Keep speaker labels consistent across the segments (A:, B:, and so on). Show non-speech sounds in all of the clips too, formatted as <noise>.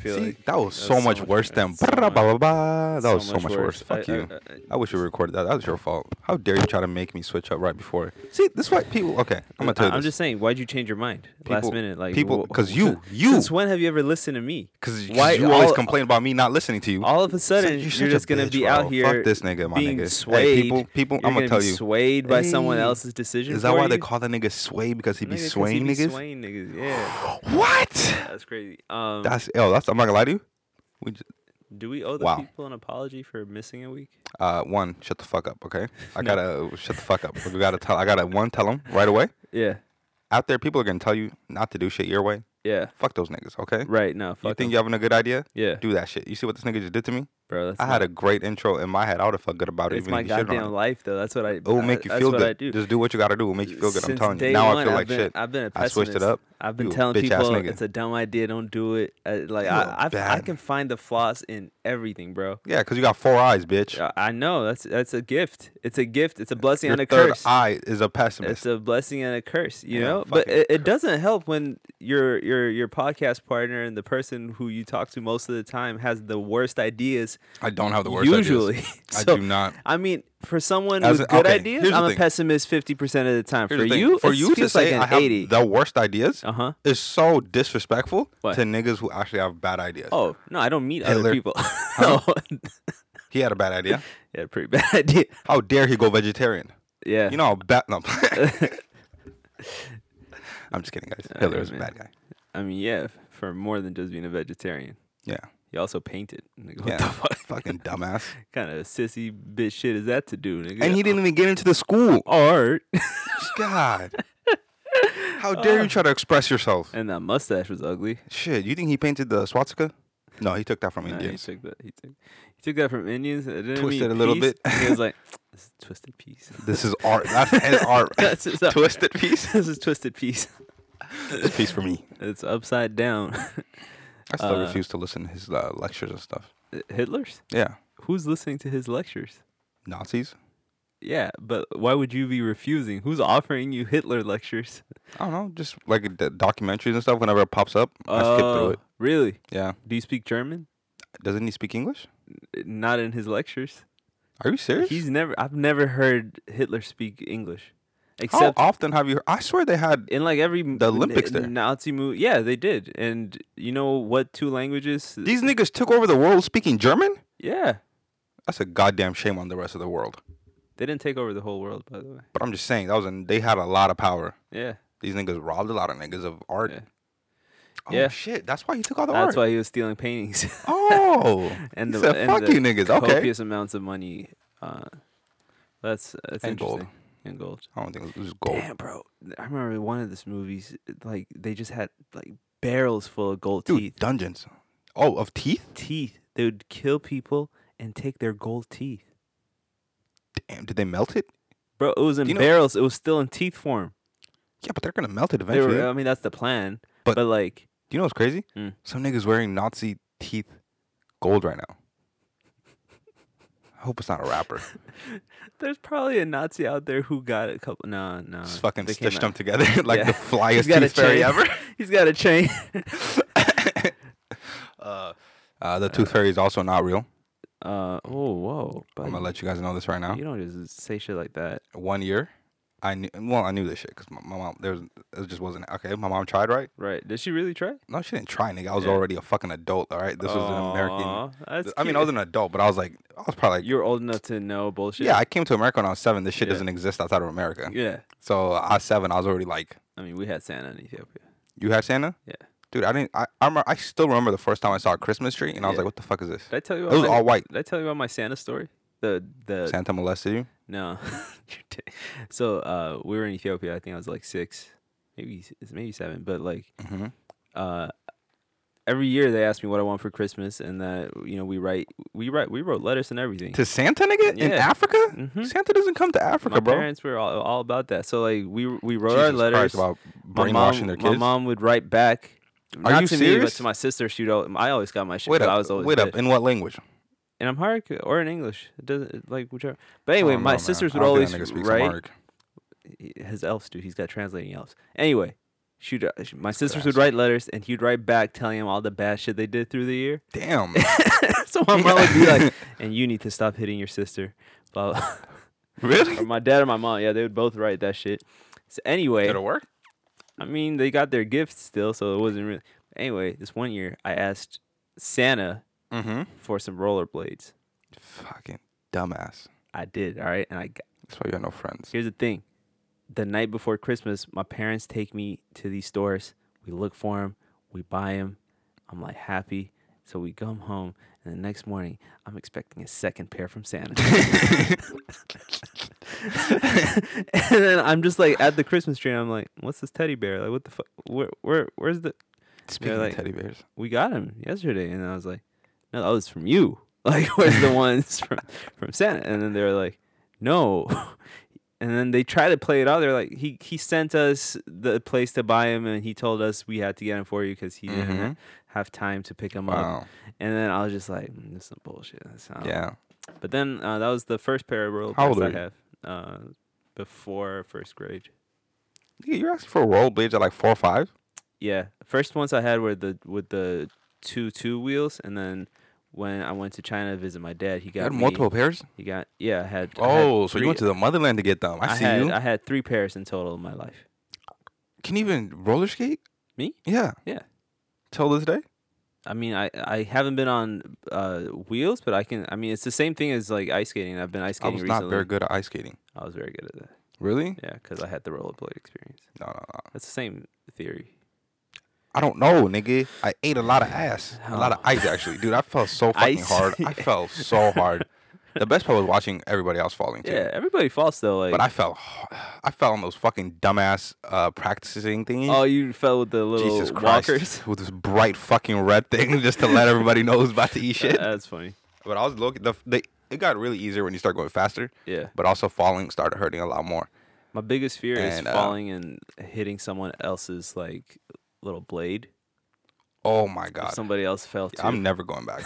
A: feel
B: See,
A: like
B: that was
A: that's
B: so much worse
A: that's
B: than
A: so
B: blah,
A: much-
B: blah, blah. That was so much worse.
A: I-
B: Fuck you.
A: I, I-
B: I wish you recorded that. That was your fault. How dare you try to make me switch up right before? See, this white people. Okay, I'm gonna tell you
A: I'm
B: this.
A: just saying, why'd you change your mind last
B: People-
A: minute? Like
B: people-
A: wh-
B: 'cause
A: <laughs>
B: you- you-
A: Since when have you ever listened to me?
B: Because you
A: why-
B: always
A: all-
B: complain about me not listening to you.
A: All of a sudden,
B: you're
A: you're,
B: such a
A: just gonna
B: bitch,
A: be
B: bro.
A: out
B: Fuck
A: here
B: this nigga, my
A: being
B: nigga. Hey,
A: swayed.
B: people- people,
A: You're
B: I'ma
A: gonna
B: tell
A: be
B: you.
A: swayed by someone
B: Hey,
A: else's decision.
B: Is that
A: for
B: why
A: you?
B: they call that nigga Sway because he
A: Nigga,
B: be
A: 'cause he
B: swaying
A: be
B: niggas?
A: Swaying
B: <sighs>
A: niggas, yeah. <laughs>
B: What?
A: That's crazy. Um,
B: That's yo. That's I'm not gonna lie to you. We just,
A: do we owe the
B: wow.
A: people an apology for missing a week?
B: uh one shut the fuck up, okay? I gotta shut the fuck up. We gotta tell. I gotta one tell them right away.
A: Yeah,
B: Out there, people are gonna tell you not to do shit your way.
A: yeah.
B: Fuck those niggas, okay?
A: Right now, fuck
B: You think
A: 'em.
B: you're having a good idea?
A: yeah,
B: Do that shit. You see what this nigga just did to me?
A: bro. That's
B: I had a great intro in my head. I would have felt good about it.
A: It's
B: even
A: my
B: if you shit on
A: goddamn
B: it.
A: life, though. That's what I.
B: It will
A: I-
B: make you
A: that's
B: feel
A: what
B: good.
A: I do.
B: Just do what you gotta do. It'll make you feel good. I'm
A: Since
B: telling you.
A: day
B: Now I
A: one,
B: feel
A: I've
B: like
A: been-
B: shit.
A: I've been a
B: I switched it
A: pessimist.
B: up.
A: I've been
B: You a
A: telling
B: bitch-ass
A: people
B: nigga.
A: it's a dumb idea, don't do it. Uh, like
B: You a
A: I, I, I
B: bad-
A: can find the flaws in everything, bro.
B: Yeah, because you got four eyes, bitch.
A: I- I know that's that's a gift. It's a gift. It's a blessing
B: Your
A: and a
B: third
A: curse.
B: eye is a pessimist.
A: It's a blessing and a curse, you
B: Yeah,
A: know.
B: fuck
A: But it,
B: it.
A: it doesn't help when your your your podcast partner and the person who you talk to most of the time has the worst ideas.
B: I don't have the worst ideas.
A: usually,
B: I
A: <laughs> So,
B: do not.
A: I mean, for someone
B: As
A: with
B: in-
A: good
B: okay,
A: ideas,
B: here's the
A: I'm a
B: thing.
A: pessimist fifty percent of the time.
B: Here's
A: for
B: the thing.
A: you,
B: for
A: it
B: you to
A: feels
B: say
A: like an
B: I have
A: eighty.
B: the worst ideas
A: Uh huh.
B: is so disrespectful
A: What?
B: to niggas who actually have bad ideas.
A: Oh no, I don't meet other
B: Hitler. <laughs>
A: people. <laughs> no,
B: He had a bad idea.
A: yeah, pretty bad idea.
B: How dare he go vegetarian?
A: Yeah,
B: <laughs> You know how bad. No. I'm just kidding, guys. Hitler is a
A: man.
B: bad guy.
A: I mean, yeah, for more than just being a vegetarian,
B: Yeah.
A: he also painted. <laughs> Nigga, what
B: Yeah.
A: the fuck?
B: Fucking dumbass.
A: <laughs> kind of sissy bitch shit is that to do, nigga?
B: And he didn't even get into the school.
A: <laughs> art.
B: God.
A: <laughs>
B: How dare
A: Uh.
B: you try to express yourself?
A: and that mustache was ugly.
B: Shit, you think he painted the swastika? No, he took that from
A: Nah, he
B: Indians.
A: took that. He took. He took that from Indians. and It didn't
B: Twisted
A: mean
B: a little
A: peace.
B: bit.
A: He was
B: <laughs>
A: like, "This is twisted piece.
B: This is art. That's
A: <laughs>
B: his <laughs> art.
A: That's his art.
B: Twisted
A: <laughs>
B: piece.
A: this is twisted piece.
B: <laughs> This piece for me.
A: It's upside down." <laughs>
B: I still
A: Uh,
B: refuse to listen to his uh, lectures and stuff.
A: Hitler's.
B: Yeah,
A: Who's listening to his lectures?
B: Nazis.
A: Yeah, but why would you be refusing? Who's offering you Hitler lectures?
B: <laughs> I don't know, just like d- documentaries and stuff. Whenever it pops up, I skip through
A: Oh,
B: it.
A: Really?
B: Yeah.
A: Do you speak German?
B: Doesn't he speak English?
A: Uh, Not in his lectures.
B: Are you serious?
A: He's never. I've never heard Hitler speak English,
B: How
A: except
B: often have you? Heard? I swear they had.
A: in like every
B: The Olympics there.
A: Nazi movie. Yeah, they did. And you know what? Two languages.
B: These niggas took over the world speaking German.
A: yeah,
B: That's a goddamn shame on the rest of the world.
A: they didn't take over the whole world, by the way.
B: But I'm just saying that was an, they had a lot of power.
A: Yeah,
B: These niggas robbed a lot of niggas of art.
A: Yeah.
B: Oh
A: Yeah.
B: shit! That's why he took all the
A: that's
B: art.
A: why <laughs> he was stealing paintings <laughs>
B: Oh,
A: and
B: he
A: the
B: said,
A: and
B: "Fuck
A: the
B: you niggas." Okay,
A: copious amounts of money. Uh, that's that's
B: And gold.
A: interesting. And gold.
B: I don't think it was gold.
A: Damn, bro. I remember one of this movies. Like they just had like barrels full of gold
B: Dude,
A: teeth.
B: dungeons. Oh, of teeth?
A: Teeth. They would kill people and take their gold teeth.
B: Damn, did they melt it?
A: Bro, it was in
B: you know-
A: barrels. It was still in teeth form.
B: Yeah, but they're gonna melt it
A: They were- I
B: eventually.
A: mean, that's the plan. But,
B: But-
A: like,
B: Do you know what's crazy?
A: Mm.
B: Some niggas wearing Nazi teeth gold right now. <laughs> I hope it's not a rapper.
A: there's probably a Nazi out there who got a couple. No, no.
B: Just fucking
A: Uh, they came
B: stitched
A: out-
B: them together <laughs> like
A: Yeah.
B: the
A: He's <laughs>
B: flyest
A: got a
B: tooth fairy
A: chain.
B: ever.
A: He's got a
B: <laughs>
A: chain. <laughs>
B: uh, uh, the tooth fairy is also not real.
A: uh, oh, whoa. But
B: I'm gonna let you guys know this right now.
A: you don't just say shit like that.
B: One year, I knew. Well, I knew this shit because my, my mom. There was it just wasn't okay. My mom tried, right?
A: Right. Did she really try?
B: No, she didn't try, nigga. I was
A: Yeah.
B: already a fucking adult. All right, this was an American.
A: Aw, That's
B: I mean, I
A: cute.
B: was an adult, but I was like, I was probably like,
A: You're old enough to know bullshit.
B: yeah, I came to America when I was seven. This shit
A: Yeah.
B: doesn't exist outside of America.
A: Yeah.
B: So I was seven. I was already like,
A: I mean, we had Santa in Ethiopia.
B: you had Santa?
A: Yeah.
B: Dude, I didn't. I I, remember, I still remember the first time I saw a Christmas tree, and I was
A: Yeah.
B: like, what the fuck is this?
A: Did I tell you
B: It
A: about
B: was
A: my,
B: all white.
A: Did I tell you about my Santa story? The the
B: Santa molested you.
A: No. <laughs> You did. so uh, we were in Ethiopia. I think I was like six, maybe s- maybe seven. But like
B: Mm-hmm.
A: uh, every year they ask me what I want for Christmas, and that you know we write we write we wrote letters and everything.
B: To Santa, nigga, in
A: Yeah.
B: Africa.
A: Mhm.
B: Santa doesn't come to Africa,
A: My
B: bro.
A: parents were all, all about that. So like we we wrote
B: Jesus
A: our letters.
B: Christ, about
A: my mom,
B: brainwashing their kids.
A: my mom would write back.
B: Are
A: not
B: you
A: to me, but
B: serious?
A: to my sister. She would. al- I always got my shit.
B: wait
A: 'cause
B: up,
A: I was always
B: wait
A: good.
B: up. In what language?
A: in Amharic or in English. It doesn't like whichever. But
B: I
A: anyway,
B: don't
A: my
B: know, Oh, man.
A: sisters
B: I
A: would
B: don't
A: always
B: think that nigga speaks
A: write.
B: Amharic.
A: his elves do. He's got translating elves. Anyway, She'd, uh, sh- my sisters would write letters, and he'd write back telling him all the bad shit they did through the
B: <laughs>
A: year. <laughs>
B: Damn.
A: so my mom would be
B: <laughs>
A: like, "And you need to stop hitting your sister." Blah, blah. <laughs>
B: really?
A: or my dad or my mom, yeah, they would both write that shit. So anyway,
B: It'll work.
A: I mean, they got their gifts still, so it wasn't really. Anyway, this one year, I asked Santa
B: Mm-hmm.
A: for some rollerblades.
B: Fucking dumbass.
A: I did, all right, and I got,
B: That's why you have no friends. <laughs>
A: <laughs> here's the thing: the night before Christmas, my parents take me to these stores. We look for them, we buy them. I'm like happy, so we come home, and the next morning, I'm expecting a second pair from Santa.
B: <laughs>
A: <laughs> and then I'm just like at the Christmas tree, and I'm like, "What's this teddy bear? Like, what the fuck? Where, where, where's the?
B: Speaking
A: like-
B: of teddy bears,
A: We got him yesterday." And I was like, "No, that was from you. <laughs> Like, where's
B: <laughs>
A: the ones from from Santa?" And then they were like, "No." <laughs> And then they try to play it out. They're like, "He he sent us the place to buy him, and he told us we had to get him for you because he didn't
B: Mhm.
A: have time to pick him up."
B: wow,
A: And then I was just like, mm, "This is some bullshit." That's not-
B: yeah,
A: But then uh, that was the first pair of roller
B: How old
A: blades I
B: are
A: have uh, before first grade.
B: Yeah, you're asking for rollerblades at like four or five.
A: Yeah, first ones I had were the with the two two wheels, and then when I went to China to visit my dad, he
B: You
A: got
B: had
A: me-
B: multiple pairs.
A: He got yeah, I had. I had
B: Oh, so you went to
A: three-
B: the motherland to get them. I,
A: I
B: see
A: had
B: you.
A: I had three pairs in total in my life.
B: Can you even roller skate?
A: Me?
B: Yeah.
A: Yeah.
B: Till this day.
A: I mean, I, I haven't been on uh, wheels, but I can. I mean, it's the same thing as like ice skating. I've been ice
B: I
A: skating
B: was
A: recently.
B: not very good at ice skating.
A: I was very good at that.
B: Really?
A: Yeah, because I had the rollerblade experience.
B: No, no, no.
A: That's the same theory.
B: I don't know, nigga. I ate a lot of ass, a lot of
A: Oh.
B: ice actually, dude. I fell
A: <laughs>
B: so fucking
A: Ice.
B: hard. I fell so hard. The best part was watching everybody else falling too.
A: Yeah, everybody falls though. Like,
B: But I fell, h- I fell on those fucking dumbass uh, practicing things.
A: oh, you fell with the little
B: Jesus Christ!
A: walkers.
B: <laughs> With this bright fucking red thing, <laughs> just to let everybody know who's about to eat
A: <laughs>
B: shit.
A: That's funny.
B: But I was looking. The, the it got really easier when you start going faster.
A: Yeah.
B: But also falling started hurting a lot more.
A: My biggest fear is
B: And, uh,
A: falling and hitting someone else's like little blade.
B: Oh my
A: If
B: god!
A: somebody else fell too.
B: I'm never
A: <laughs>
B: going back.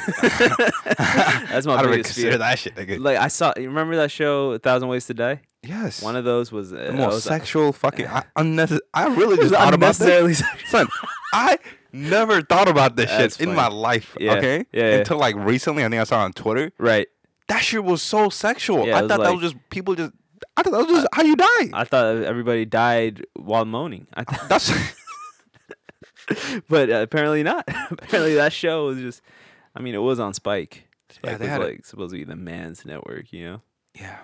A: That's my
B: <laughs> I don't even
A: biggest
B: consider
A: fear.
B: that shit. Nigga.
A: Like I saw, you remember that show, A Thousand Ways to Die?
B: yes.
A: One of those was uh,
B: the
A: I
B: most
A: was, <laughs>
B: sexual fucking I, unnecessary. I really
A: it was
B: just thought about that.
A: unnecessarily sexual.
B: Son, I never thought about this
A: That's
B: shit in my
A: funny.
B: life.
A: Yeah,
B: Okay.
A: yeah, yeah.
B: Until like recently, I think I saw it on Twitter.
A: <laughs> Right.
B: That shit was so sexual.
A: Yeah,
B: I
A: it was
B: thought that
A: like-
B: was just people just. I thought that was just how you die.
A: I thought everybody died while moaning. I th-
B: That's
A: <laughs>
B: <laughs>
A: but uh, apparently not. <laughs> apparently that show was just. I mean, it was on Spike. Spike
B: they
A: was
B: had it.
A: like supposed to be the man's network. You know.
B: yeah.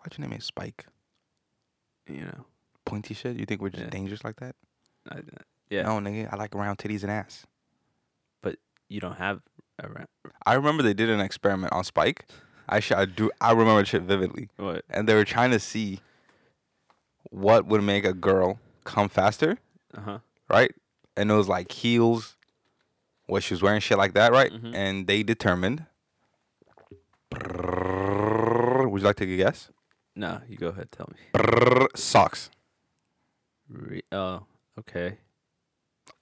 B: Why'd you name it Spike?
A: You know.
B: Pointy shit. You think we're just
A: Yeah.
B: dangerous like that?
A: I, uh, yeah.
B: No, nigga. I like round titties and ass.
A: You don't have. A ra-
B: I remember they did an experiment on Spike. I sh- I do. I remember the shit vividly,
A: what?
B: and they were trying to see what would make a girl come faster,
A: Uh huh.
B: right? And it was like heels, what she was wearing, shit like that, right?
A: Mhm.
B: And they determined. Would you like to take a guess?
A: No, you go ahead. Tell me.
B: Socks
A: Re- oh, okay.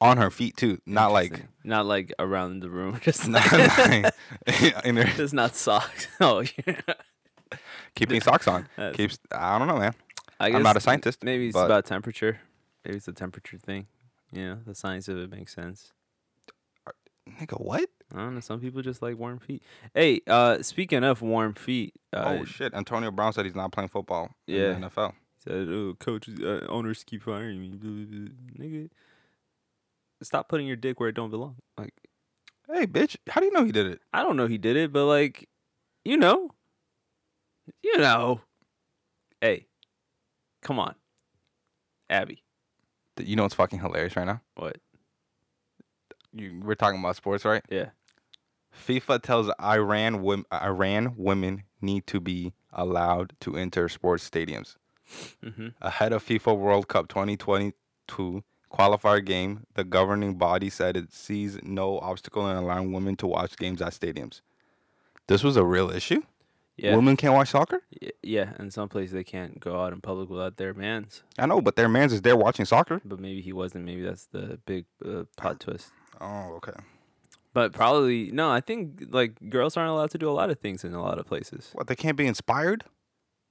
B: on her feet too, not like
A: Interesting. not like around the room. <laughs> Just
B: not
A: not,
B: like <laughs> in her,
A: <laughs> just not socks. <laughs> Oh, yeah. <laughs>
B: keeping socks on.
A: That's-
B: Keeps. I don't know, man.
A: I
B: I'm not a
A: guess
B: scientist,
A: Maybe it's
B: but-
A: about temperature. Maybe it's a temperature thing. Yeah, the science of it makes sense.
B: Nigga, what?
A: I don't know. Some people just like warm feet. Hey, uh, speaking of warm feet, uh,
B: oh shit! Antonio Brown said he's not playing football
A: Yeah.
B: in the NFL.
A: said, "Oh, coach, uh, owners keep firing me, <laughs> blah, blah, blah." nigga. Stop putting your dick where it don't belong. Like,
B: Hey, bitch! How do you know he did it?
A: I don't know he did it, but like, you know, you know. Hey, come on, Abby.
B: Th- You know what's fucking hilarious right now?
A: What?
B: You, we're talking about sports, right?
A: Yeah.
B: FIFA tells Iran wom- Iran women need to be allowed to enter sports stadiums
A: Mm-hmm.
B: ahead of FIFA World Cup 2022 qualifier game. The governing body said it sees no obstacle in allowing women to watch games at stadiums. This was a real issue.
A: Yeah.
B: Women can't watch soccer.
A: Y- yeah. And some places they can't go out in public without their mans.
B: I know, but their man's is there watching soccer.
A: But maybe he wasn't. Maybe that's the big uh, plot twist.
B: Oh, okay.
A: But probably no. I think like girls aren't allowed to do a lot of things in a lot of places.
B: What they can't be inspired?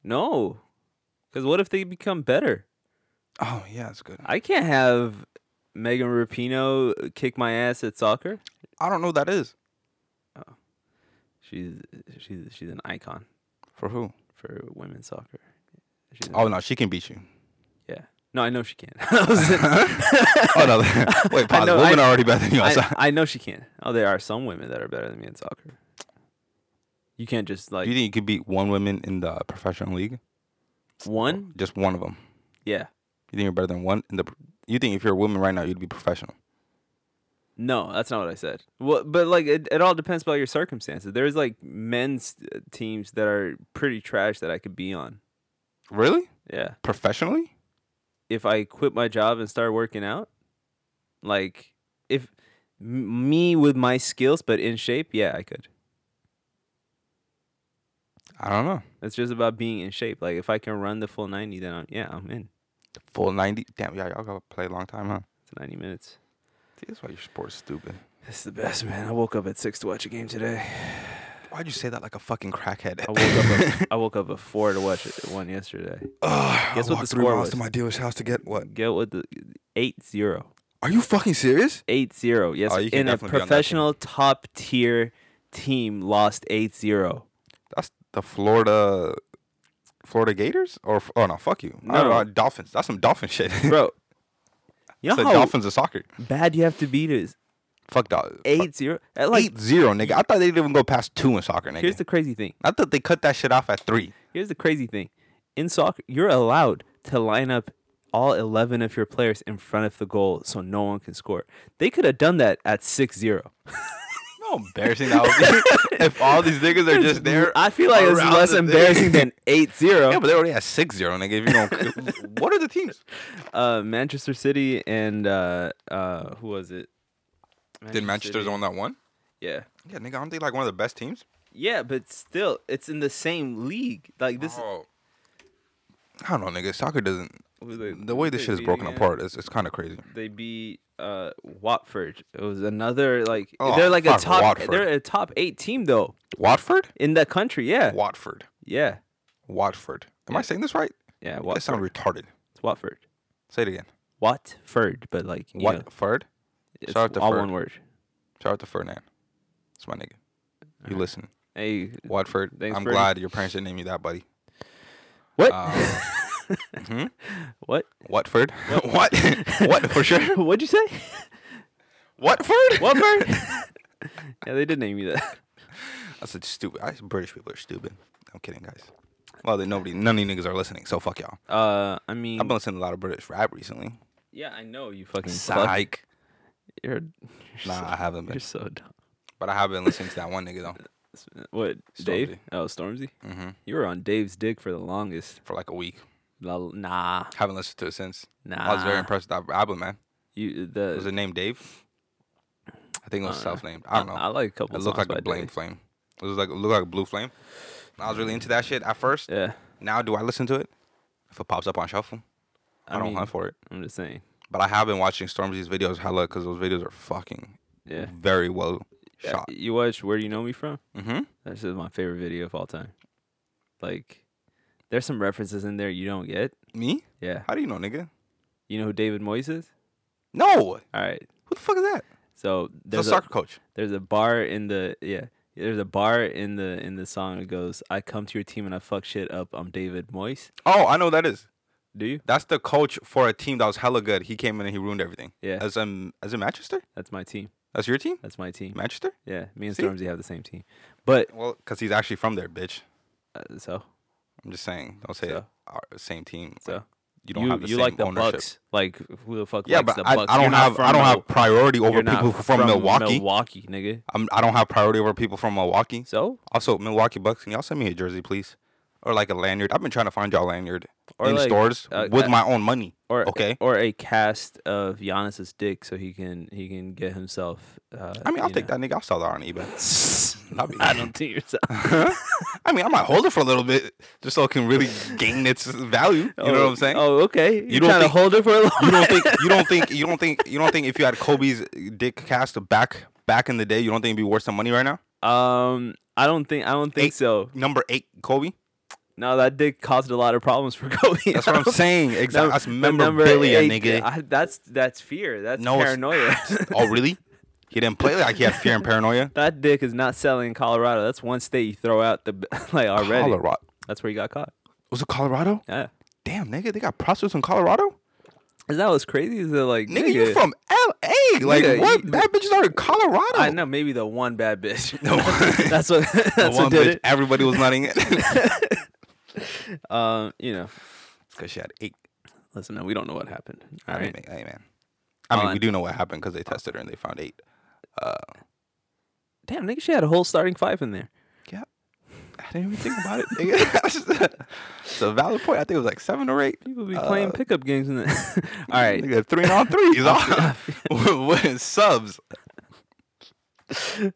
A: No, because what if they become better?
B: Oh yeah, it's good.
A: I can't have Megan Rapinoe kick my ass at soccer.
B: I don't know who that is.
A: She's she's she's an icon
B: For who?
A: for women's soccer. She's an-
B: Oh no, she can beat you.
A: yeah. No, I know she can. <laughs>
B: <laughs>
A: I, was-
B: Oh
A: <laughs>
B: no, <laughs> wait,
A: I
B: pause.
A: know,
B: Women
A: I-
B: are already better than you.
A: I,
B: outside.
A: I know she can. Oh, there are some women that are better than me in soccer. You can't just like
B: Do <laughs> you think you could beat one woman in the professional league?
A: one.
B: Just one of them.
A: Yeah.
B: You think you're better than one in the? pr- You think if you're a woman right now, you'd be professional?
A: No, that's not what I said. Well, but like it, it all depends about your circumstances. There's like men's uh, teams that are pretty trash that I could be on.
B: Really?
A: Yeah.
B: Professionally?
A: If I quit my job and start working out, like if m- me with my skills but in shape, yeah, I could.
B: I don't know.
A: It's just about being in shape. Like if I can run the full 90, then I'm, yeah, I'm in.
B: Full ninety. Damn, yeah, y'all gotta play a long time, huh?
A: It's 90 minutes.
B: See, that's why your sport's stupid.
A: It's the best, man. I woke up at 6 to watch a game today.
B: Why'd you say that like a fucking crackhead?
A: I woke up
B: <laughs>
A: at, <sighs> I woke up at 4 to watch it, one yesterday.
B: Ugh,
A: Guess what
B: I
A: the
B: walked three
A: score
B: miles to
A: was?
B: my dealer's house to get what?
A: Get with the 8-0.
B: Are you fucking serious?
A: 8-0. Yes,
B: Oh, you can
A: in a
B: definitely be on that team.
A: professional top tier team lost 8-0.
B: That's the Florida, Florida Gators or f- oh no, fuck you, I
A: No.
B: don't know, Dolphins. That's some dolphin shit. <laughs>
A: <laughs> Bro, you know
B: so
A: how
B: Dolphins are soccer.
A: bad you have to be to
B: Fuck Dolphins.
A: 8-0? Uh, Like,
B: Eight zero, nigga. I thought they didn't even go past two in soccer, nigga.
A: here's the crazy thing.
B: I thought they cut that shit off at three.
A: Here's the crazy thing. In soccer, you're allowed to line up all 11 of your players in front of the goal so no one can score. They could have done that at 6 0.
B: No embarrassing
A: <laughs>
B: that would be <laughs> if all these niggas are just there.
A: I feel like it's
B: around
A: less
B: the thing.
A: embarrassing than 8
B: <laughs> Yeah,
A: 0.
B: but they already at six zero, nigga. If you don't, <laughs> what are
A: <laughs>
B: the teams?
A: Uh, Manchester City and uh, uh, who was it?
B: Did Manchester's
A: City.
B: the one that won?
A: Yeah.
B: Yeah, nigga. Aren't they like one of the best teams?
A: Yeah, but still, it's in the same league. Like this.
B: Oh. I don't know, nigga. Soccer doesn't.
A: who they-
B: Oh, The way this
A: they
B: shit is
A: beat
B: broken
A: again?
B: apart, it's, it's kind of crazy.
A: they beat uh Watford. It was another like
B: Oh,
A: they're like a
B: fuck
A: top
B: Watford.
A: they're a top eight team though
B: Watford?
A: in that country. Yeah,
B: Watford.
A: yeah,
B: Watford. Am I saying this right?
A: yeah.
B: That sounds
A: Watford.
B: retarded.
A: It's Watford.
B: Say it again.
A: Watford, but like you know,
B: Watford?
A: it's
B: Shout out to
A: all
B: Ferd.
A: one word.
B: Shout out to Ferdinand. It's my nigga. You
A: Alright.
B: listen.
A: Hey,
B: Watford.
A: Thanks,
B: I'm
A: Ferdy.
B: glad your parents didn't name you that, buddy.
A: <laughs> what?
B: Uh, hmm?
A: what?
B: Watford? <laughs> what? <laughs>
A: <laughs>
B: what? For sure?
A: What'd you say?
B: Watford?
A: Watford. <laughs> yeah, they did name you that.
B: I said stupid. I, British people are stupid. I'm kidding, guys. Well, then nobody, none of you niggas are listening, so fuck y'all.
A: Uh, I mean,
B: I've been listening to a lot of British rap recently.
A: yeah, I know you fucking suck.
B: Psych.
A: You're, <laughs> you're
B: Nah,
A: so,
B: I haven't
A: you're
B: been.
A: so dumb.
B: But I have been listening to that one nigga though.
A: What, Dave?
B: Stormzy.
A: Oh, Stormzy.
B: hmm
A: You were on Dave's dick for the longest.
B: For like a week.
A: Nah, nah.
B: Haven't listened to it since. I was
A: Ah.
B: very impressed with that album, man.
A: You
B: Was
A: the
B: it named Dave? I think it was
A: Uh,
B: self named. I don't
A: I
B: know.
A: like a couple.
B: It looked
A: songs
B: like
A: by
B: a blame
A: Dave.
B: flame. It was like it looked like a blue flame. I was really into that shit at first.
A: Yeah,
B: Now do I listen to it? If it pops up on shuffle, I,
A: I,
B: don't
A: mean,
B: hunt for it.
A: I'm just saying.
B: But I have been watching Stormzy's videos hella because those videos are fucking
A: Yeah.
B: very well
A: Yeah,
B: Mm, shot.
A: You watch Where Do You Know Me From?
B: Mm-hmm.
A: That's just my favorite video of all time. Like, there's some references in there you don't get.
B: Me?
A: Yeah.
B: How do you know, nigga?
A: You know who David Moyes is?
B: No.
A: All right.
B: Who the fuck is that?
A: So
B: The
A: there's a,
B: soccer coach.
A: there's a bar in the yeah. There's a bar in the in the song that goes, "I come to your team and I fuck shit up. I'm David Moyes."
B: Oh, I know who that is.
A: Do you?
B: That's the coach for a team that was hella good. He came in and he ruined everything.
A: Yeah.
B: As um as in Manchester?
A: That's my team.
B: That's your team?
A: That's my team.
B: Manchester?
A: Yeah, me and
B: See?
A: Stormzy have the same team. But
B: Well, because he's actually from there, bitch.
A: uh, so
B: I'm just saying. Don't say
A: So?
B: our same team. Like,
A: so
B: you don't have the same
A: like the
B: ownership.
A: Bucks. Like who the fuck
B: Yeah,
A: likes
B: but
A: the
B: I,
A: Bucks?
B: I
A: You're
B: don't
A: not
B: have I
A: from
B: don't
A: Mil-
B: have priority over
A: you're not
B: people from, Milwaukee.
A: Milwaukee, nigga.
B: I'm, I don't have priority over people from Milwaukee.
A: So
B: Also, Milwaukee Bucks, can y'all send me a jersey, please? Or like a lanyard. I've been trying to find y'all lanyard
A: Or
B: in
A: like,
B: stores
A: uh,
B: with
A: uh,
B: my own money.
A: or
B: Okay.
A: or a cast of Giannis's dick so he can he can get himself. Uh,
B: I mean, I'll take that nigga. I'll sell that on eBay. <laughs> That'd
A: <laughs>
B: be-
A: I don't think yourself.
B: I mean, I might hold it for a little bit just so it can really gain its value. You know what I'm saying?
A: Oh, okay. You
B: don't
A: trying
B: think-
A: to hold it for a long?
B: You
A: <laughs>
B: don't think you don't think you don't think you don't think if you had Kobe's dick cast back back in the day, you
A: <laughs>
B: don't think it'd be worth some money right now?
A: Um, I don't think I don't think
B: Eight-
A: so.
B: Number eight, Kobe.
A: No, that did caused a lot of problems for <laughs> Kobe.
B: That's what I'm saying. Exactly. That's memorabilia, nigga.
A: I, that's that's fear. That's
B: No, it's- <laughs>
A: paranoia.
B: oh, really? He didn't play like he had fear and paranoia.
A: that dick is not selling in Colorado. That's one state you throw out the b- <laughs> like already.
B: Colorado.
A: That's where he got caught.
B: Was it Colorado?
A: Yeah.
B: Damn, nigga, they got prostitutes in Colorado.
A: Is that what's crazy? Is that like
B: Nigga, you from L.A. Like
A: Nigga,
B: what?
A: you-
B: Bad bitches are in Colorado.
A: I know <laughs> maybe the one bad
B: <laughs>
A: bitch.
B: No.
A: <laughs> that's what that's
B: The
A: what
B: one bitch
A: did
B: everybody was nutting
A: <laughs>
B: it.
A: it. Um, you know,
B: Because she had eight.
A: listen, we don't know what happened. All
B: I
A: right.
B: mean, hey, man. I mean,
A: On.
B: we do know what happened because they tested her and they found eight. Uh,
A: Damn, nigga, she had a whole starting five in there.
B: I didn't even think <laughs> about it. nigga. it's a valid point. I think it was like seven or eight.
A: People be playing
B: Uh,
A: pickup games <laughs>
B: <laughs>
A: in there. All right.
B: Nigga, three and
A: <laughs>
B: on threes. <laughs> With subs.
A: <laughs> Damn,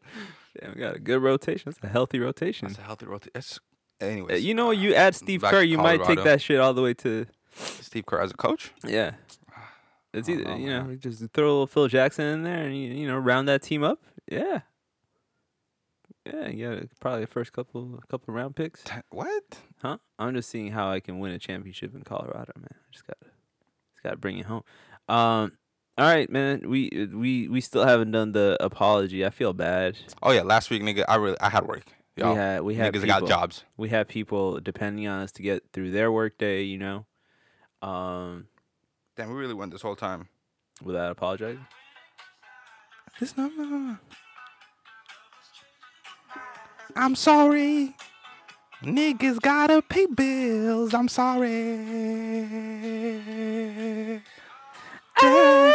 A: we got a good rotation. It's a healthy rotation.
B: That's a healthy rotation. That's
A: Uh,
B: anyways.
A: You know, you add Steve
B: back
A: Kerr,
B: to
A: you might take
B: Colorado.
A: that shit all the way to
B: Steve Kerr as a coach. <sighs>
A: yeah. It's
B: I don't
A: either
B: know,
A: you know just throw a little Phil Jackson in there and you, you know round that team up. Yeah, yeah. You got a, probably the first couple couple round picks,
B: T- What?
A: huh? I'm just seeing how I can win a championship in Colorado, man. I just gotta just gotta bring it home. Um, all right, man. We we we still haven't done the apology. I feel bad.
B: Oh yeah, last week, nigga, I really I had work. Yo,
A: We had we had
B: niggas
A: people.
B: got jobs.
A: we have people depending on us to get through their workday, you know, um,
B: Damn, we really went this whole time.
A: without apologizing.
B: This number. I'm sorry. Niggas gotta pay bills. I'm sorry.
A: I'm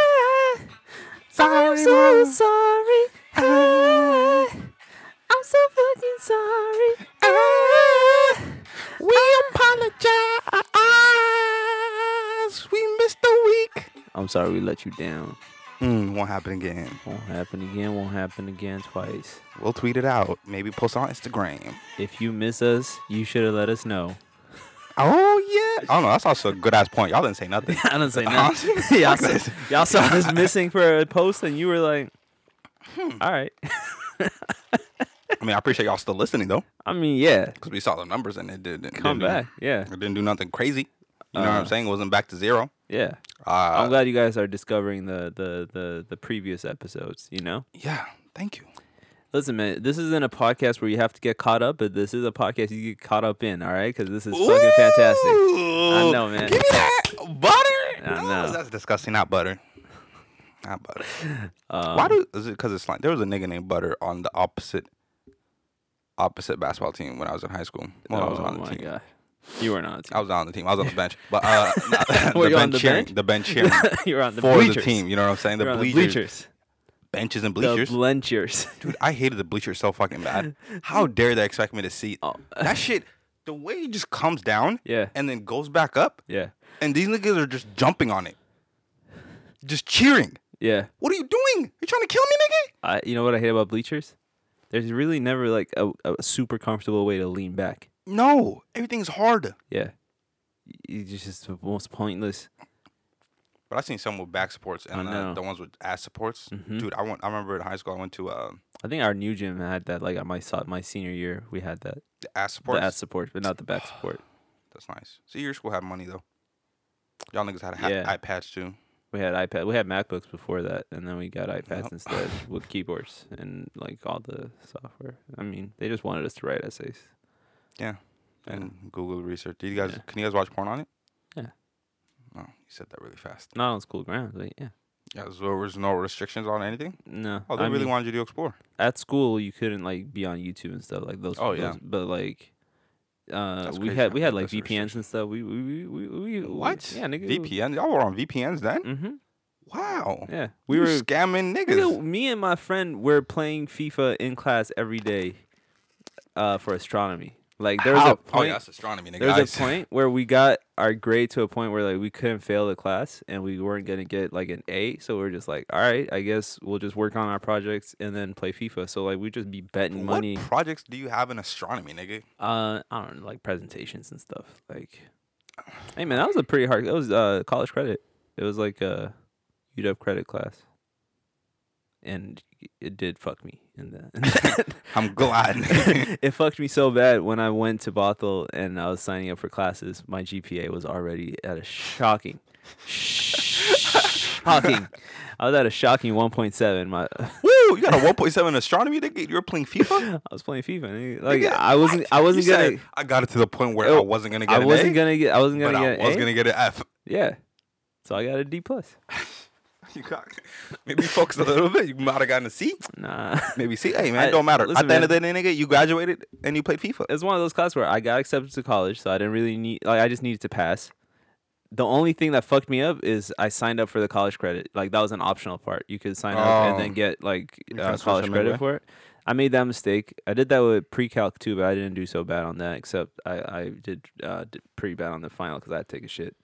A: Ah, so sorry. Ah, <laughs> I'm so fucking sorry.
B: Ah, we apologize. We missed the week.
A: I'm sorry we let you down.
B: Mm, won't happen again.
A: Won't happen again. Won't happen again twice.
B: We'll tweet it out. Maybe post on Instagram.
A: If you miss us, you should have let us know.
B: Oh yeah. I don't know. That's also a good ass point. Y'all didn't say nothing.
A: I don't say
B: Honestly,
A: nothing. <laughs> y'all,
B: fuck
A: saw,
B: this.
A: y'all saw <laughs> us missing for a post, and you were like, "All right." <laughs>
B: I mean, I appreciate y'all still listening though,
A: I mean, yeah,
B: because we saw the numbers and it didn't it
A: come
B: didn't do-
A: back. Yeah,
B: It didn't do nothing crazy. You know what I'm
A: Uh,
B: saying? It wasn't back to zero.
A: yeah. I'm
B: Uh,
A: glad you guys are discovering the the the the previous episodes. You know,
B: yeah. Thank you.
A: listen, man, this isn't a podcast where you have to get caught up, but this is a podcast you get caught up in. All right, because this is fucking fantastic.
B: I
A: know, man.
B: Give me that
A: I
B: butter. No,
A: know.
B: that's disgusting. Not butter. Not butter.
A: Um,
B: Why do? Is it because it's like there was a nigga named Butter on the opposite opposite basketball team when I was in high school. Well, I was
A: Oh
B: on the
A: my
B: team.
A: god, you were not.
B: I was not on the team. I was on the bench, but
A: <laughs>
B: uh, not-
A: Were
B: <laughs> the,
A: you
B: bench
A: on the
B: cheering,
A: bench? <laughs>
B: the bench cheering
A: you were on the
B: for
A: bleachers.
B: the team. You know what I'm saying? The
A: You're on
B: bleachers,
A: bleachers.
B: benches, and
A: The
B: bleachers. <laughs>
A: bleachers.
B: Dude, I hated the bleachers so fucking bad.
A: <laughs>
B: How dare they expect me to see
A: Oh. <laughs>
B: that shit? The way it just comes down
A: Yeah.
B: and then goes back up,
A: Yeah.
B: and these niggas are just jumping on it, just cheering.
A: Yeah.
B: What are you doing? You trying to kill me, nigga?
A: I. You know what I hate about bleachers? There's really never like a, a super comfortable way to lean back.
B: No, everything's hard.
A: Yeah. Y- It's just the most pointless.
B: But I seen some with back supports and
A: I
B: uh,
A: know.
B: the ones with ass supports.
A: Mhm.
B: Dude, I went. I remember in high school I went to uh,
A: I think our new gym had that. Like my so- my senior year, we had that
B: the ass supports.
A: the ass support, but not the back support.
B: That's nice. See, your school had money though. Y'all niggas had ha-
A: Yeah.
B: iPads too.
A: We had iPad. We had MacBooks before that, and then we got iPads
B: <laughs> Yep.
A: instead with keyboards and like all the software. I mean, they just wanted us to write essays.
B: Yeah.
A: Yeah.
B: And Google research. Did you guys?
A: Yeah.
B: Can you guys watch porn on it?
A: Yeah.
B: Oh, you said that really fast.
A: Not on school grounds, but yeah.
B: Yeah, so there was no restrictions on anything.
A: No,
B: Oh, they
A: I
B: really
A: mean,
B: wanted you to explore.
A: at school you couldn't like be on YouTube and stuff like those.
B: Oh, yeah.
A: those- but like. Uh,
B: That's
A: we
B: crazy.
A: had
B: I
A: we had
B: think
A: like
B: that's a
A: VPNs and stuff. We we we we, we we-
B: What?
A: Yeah, nigga.
B: VPN? Y'all were on VPNs then?
A: Mm-hmm.
B: Wow.
A: Yeah,
B: We were scamming
A: Nigga,
B: niggas.
A: me and my friend were playing FIFA in class every day uh, for astronomy. Like there was
B: How?
A: a
B: oh,
A: point.
B: yeah, that's astronomy, nigga.
A: there was
B: Nice.
A: a point where we got our grade to a point where like we couldn't fail the class and we weren't gonna get like an A. So we are just like, all right, I guess we'll just work on our projects and then play FIFA. So like we just be betting
B: What
A: money.
B: projects do you have in astronomy, nigga?
A: Uh, I don't know, like presentations and stuff. Like, hey man, that was a pretty hard. It was uh college credit. It was like a UW credit class, and it did fuck me. And that,
B: <laughs> I'm glad.
A: <laughs> it fucked me so bad when I went to Bothell and I was signing up for classes. My GPA was already at a shocking,
B: <laughs>
A: shocking. I was at a shocking 1.7. My <laughs>
B: Woo! You got a 1.7 astronomy. Nigga. You were playing FIFA.
A: I was playing FIFA. nigga. Like
B: Nigga,
A: <laughs> I wasn't. I
B: You
A: wasn't
B: said,
A: gonna.
B: I got it to the point where
A: Oh,
B: I wasn't gonna get
A: I
B: an
A: wasn't
B: A,
A: gonna get. I wasn't
B: but
A: gonna
B: I
A: get. an
B: was
A: A.
B: gonna get an F. <laughs>
A: Yeah. So I got a D plus.
B: You got maybe focus a little bit. You might have gotten a C.
A: Nah. <laughs>
B: Maybe C. Hey man,
A: I-
B: it don't matter.
A: listen,
B: At the end of the day, nigga, you graduated and you
A: <laughs>
B: played FIFA. <laughs>
A: it's one of those classes where I got accepted to college, so I didn't really need like I just needed to pass. The only thing that fucked me up is I signed up for the college credit. Like that was an optional part. You could sign up and
B: Oh.
A: then get like
B: You
A: uh,
B: couldn't switch
A: college
B: them
A: credit
B: midway?
A: for it. I made that mistake. I did that with pre-calc too, but I didn't do so bad on that. Except I, I did, uh, did pretty bad on the final because I had to take a shit.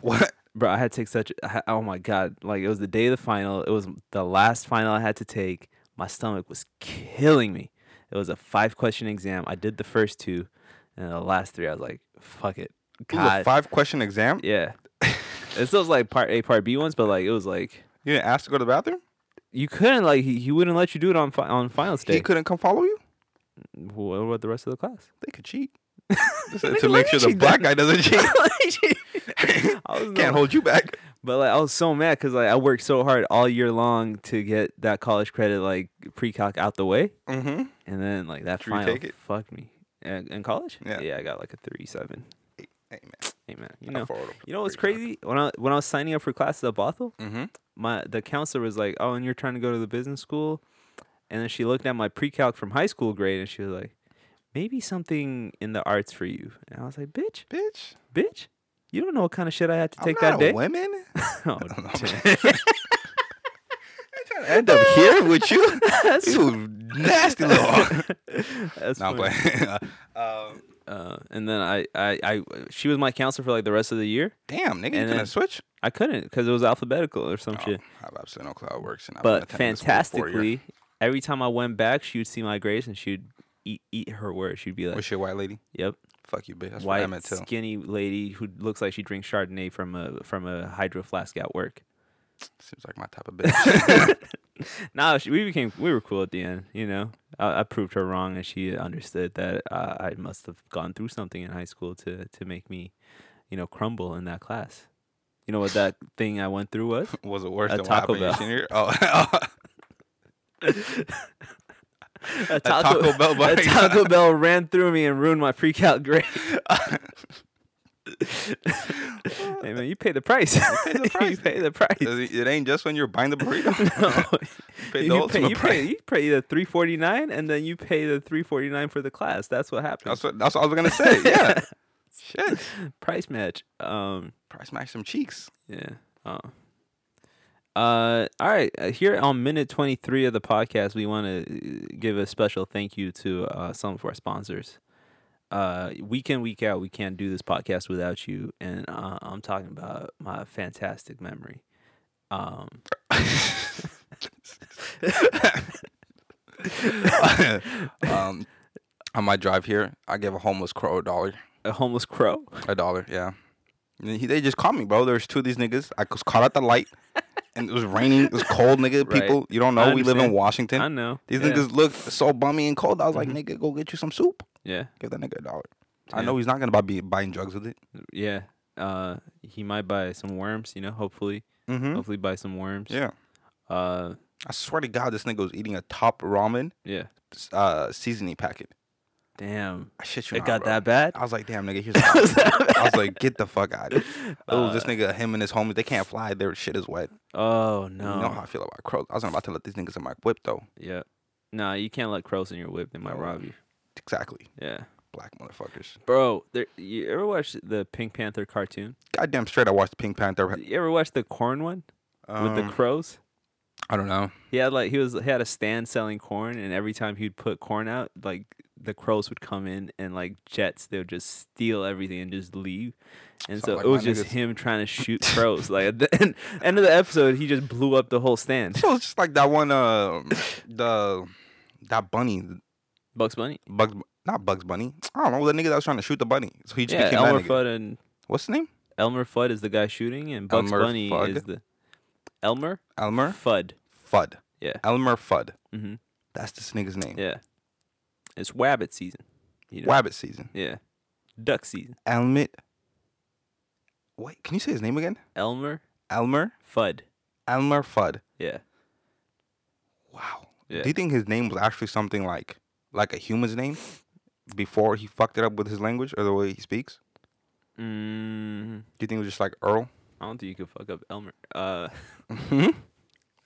B: What?
A: Bro, I had to take such. I ha- Oh my god! Like it was the day of the final. It was the last final I had to take. My stomach was killing me. It was a five question exam. I did the first two, and the last three I was like, "Fuck it,
B: It was a
A: God,
B: five question exam.
A: yeah." it's those like part A, part B ones, but like it was like
B: You didn't ask to go to the bathroom.
A: you couldn't like he, he wouldn't let you do it on fi- on finals day.
B: He couldn't come follow you.
A: what about the rest of the class?
B: They
A: <laughs>
B: could cheat. They said to
A: Nigga, why
B: make sure
A: you
B: the
A: cheat
B: black
A: <laughs>
B: guy doesn't cheat.
A: I was
B: Can't
A: not-
B: hold
A: <laughs>
B: you back.
A: But like I was so mad because like I worked so hard all year long to get that college credit like pre calc out the way.
B: Mm-hmm.
A: And then like that
B: Did you
A: final
B: take it?
A: fucked me. In, in college?
B: Yeah.
A: Yeah, I got like a three seven.
B: Hey man,
A: Hey man. You
B: I
A: know.
B: followed up
A: You know what's
B: pretty
A: crazy? When I when I was signing up for classes at Bothell,
B: hard. Mhm.
A: my the counselor was like, Oh, and you're trying to go to the business school? And then she looked at my pre calc from high school grade and she was like, Maybe something in the arts for you. And I was like, Bitch,
B: Bitch,
A: bitch, you don't know what kind of shit I had to
B: I'm
A: take
B: not
A: that
B: a
A: day.
B: Women
A: <laughs> Oh,
B: I'm
A: damn. <laughs>
B: <laughs> end up here
A: <laughs>
B: with you.
A: That's-
B: You nasty
A: <laughs>
B: little.
A: That's
B: No, I'm
A: funny.
B: playing. <laughs> um,
A: Uh, and then I, I, I, she was my counselor for like the rest of the year.
B: damn, nigga, you
A: And
B: gonna
A: then-
B: switch?
A: I couldn't because it was alphabetical or some
B: Oh,
A: shit.
B: I have absolutely no clue how it works. And I've been
A: But
B: attending this school for a year.
A: fantastically, every time I went back, she would see my grades and she'd eat, eat her words. She'd be like,
B: was she a white lady?
A: uh, "Yep,
B: Fuck you, bitch. That's what I
A: white
B: meant too.
A: skinny lady who looks like she drinks Chardonnay from a from a hydro flask at work."
B: Seems like my type of
A: <laughs>
B: bitch. <laughs>
A: Nah, she, we became we were cool at the end. You know, I, I proved her wrong, and she understood that uh, I must have gone through something in high school to to make me, you know, crumble in that class. You know what that
B: <laughs>
A: thing I went through was?
B: was it worse
A: A
B: than what
A: Taco
B: happened your
A: Bell.
B: senior? year? Oh, <laughs>
A: A
B: Taco
A: <laughs>
B: Bell
A: a
B: bite.
A: Taco
B: <laughs>
A: Bell ran through me and ruined my pre-calc grade. <laughs>
B: <laughs>
A: hey man, you pay the price. <laughs> You
B: pay the price.
A: pay the price.
B: it it ain't just when you're buying the burrito.
A: <laughs>
B: <laughs>
A: No.
B: you
A: you, pay,
B: paid the ultimate
A: you, pay,
B: price.
A: you pay the 349 and then you pay the 349 for the class that's what happens
B: That's what, that's what I was gonna say.
A: <laughs>
B: Yeah. Shit.
A: price match um
B: Price match some cheeks.
A: yeah uh, uh all right uh, here on minute 23 of the podcast we want to give a special thank you to uh some of our sponsors uh week in week out we can't do this podcast without you and uh, i'm talking about my fantastic memory um
B: <laughs> um, on my drive here, I gave a homeless crow a dollar.
A: a homeless
B: <laughs>
A: crow
B: A dollar, yeah. And he- They just caught me, bro. There's two of these niggas. I was caught at the light, and it was raining. It was cold, nigga.
A: Right.
B: People, you don't know.
A: I
B: We live in
A: understand.
B: Washington.
A: i know
B: These
A: yeah.
B: niggas look so bummy and cold. I was like, nigga, go get you some soup.
A: yeah
B: Give that nigga a dollar. I
A: Yeah.
B: know he's not gonna buy be buying drugs with it.
A: Yeah. Uh, he might buy some worms. You know, hopefully,
B: Mm-hmm.
A: hopefully buy some worms.
B: Yeah.
A: Uh,
B: I swear to God, this nigga was eating a top ramen
A: yeah.
B: uh, seasoning packet.
A: Damn,
B: I shit you
A: it
B: not,
A: got
B: bro.
A: that bad.
B: I was like, damn, nigga,
A: <laughs>
B: here's a dollar. I was like, get the fuck out of here. It
A: Uh,
B: was this nigga, him and his homies, they can't fly. Their shit is wet.
A: Oh
B: You
A: no.
B: know how I feel about crows. I wasn't about to let these niggas in my whip, though.
A: yeah. Nah, you can't let crows in your whip. They might
B: No.
A: rob you.
B: Exactly.
A: Yeah.
B: Black motherfuckers.
A: Bro, there, you ever watch the Pink Panther cartoon?
B: Goddamn straight, I watched Pink Panther.
A: You ever watch the corn one with the
B: Uh, um,
A: crows?
B: I don't know. <laughs>
A: He had like he was he had a stand selling corn, and every time he'd put corn out, like the crows would come in and like jets, they would just steal everything and just leave. And so
B: Sound like
A: it
B: my
A: was just
B: niggas.
A: him trying to shoot crows. like at the <laughs> end, end of the episode, he just blew up the whole stand.
B: So it's just like that one, uh,
A: <laughs>
B: the that bunny,
A: Bugs Bunny,
B: Bugs, not Bugs Bunny. I don't know the nigga that was trying to shoot the bunny. So he just
A: yeah,
B: became
A: Elmer
B: that nigga.
A: Fudd and
B: What's his name?
A: Elmer Fudd is the guy shooting, and Bugs
B: Elmer
A: Bunny
B: Fudd?
A: is the Elmer
B: Elmer
A: Fudd.
B: Fudd.
A: Yeah.
B: Elmer Fudd.
A: hmm
B: That's this nigga's name.
A: Yeah. It's wabbit season. You know?
B: Wabbit season.
A: Yeah. Duck season.
B: Elmet. Wait, can you say his name again?
A: Elmer
B: Elmer.
A: Fudd.
B: Elmer Fudd.
A: Yeah.
B: Wow.
A: Yeah.
B: Do you think his name was actually something like like a human's name before he fucked it up with his language or the way he speaks?
A: Mm,
B: Do you think it was just like Earl?
A: I don't think you could fuck up Elmer. Uh,
B: Hmm.